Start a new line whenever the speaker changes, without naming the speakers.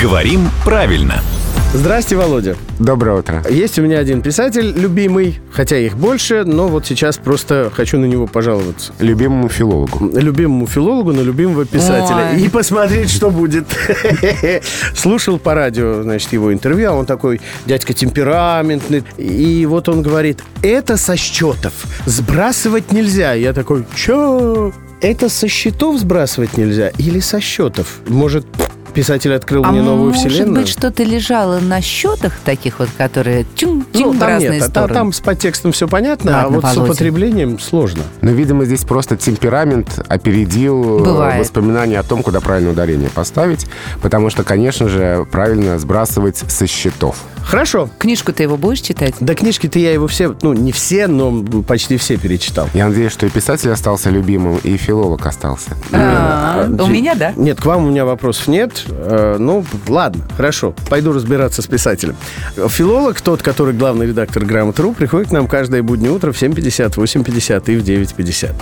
Говорим правильно.
Здрасте, Володя.
Доброе утро.
Есть у меня один писатель, любимый, хотя их больше, но вот сейчас просто хочу на него пожаловаться.
Любимому филологу.
Любимому филологу, на любимого писателя.
Ой.
И посмотреть, что будет. Слушал по радио, значит, его интервью, а он такой дядька темпераментный. И вот он говорит, это со счетов. Сбрасывать нельзя. Я такой, чё? Это со счетов сбрасывать нельзя или со счетов? Может, писатель открыл мне новую
А может
вселенную?
быть, что-то лежало на счетах таких вот, которые чум
Ну,
чум в
там
разные
нет, а та-
стороны?
там с подтекстом все понятно, а
Ладно,
вот с
Володя.
употреблением сложно.
Но, Ну, видимо, здесь просто темперамент опередил э,
Бывает.
воспоминания о том, куда правильно ударение поставить, потому что, конечно же, правильно сбрасывать со счетов.
Хорошо.
Книжку ты его будешь читать?
До книжки-то я его все, ну, не все, но почти все перечитал.
Я надеюсь, что и писатель остался любимым, и филолог остался.
А, У меня, да?
Нет, к вам у меня вопросов нет. Э, ну, ладно, хорошо. Пойду разбираться с писателем. Филолог, тот, который главный редактор Грамотру, приходит к нам каждое буднее утро в 7.50, 8.50 и в 9.50.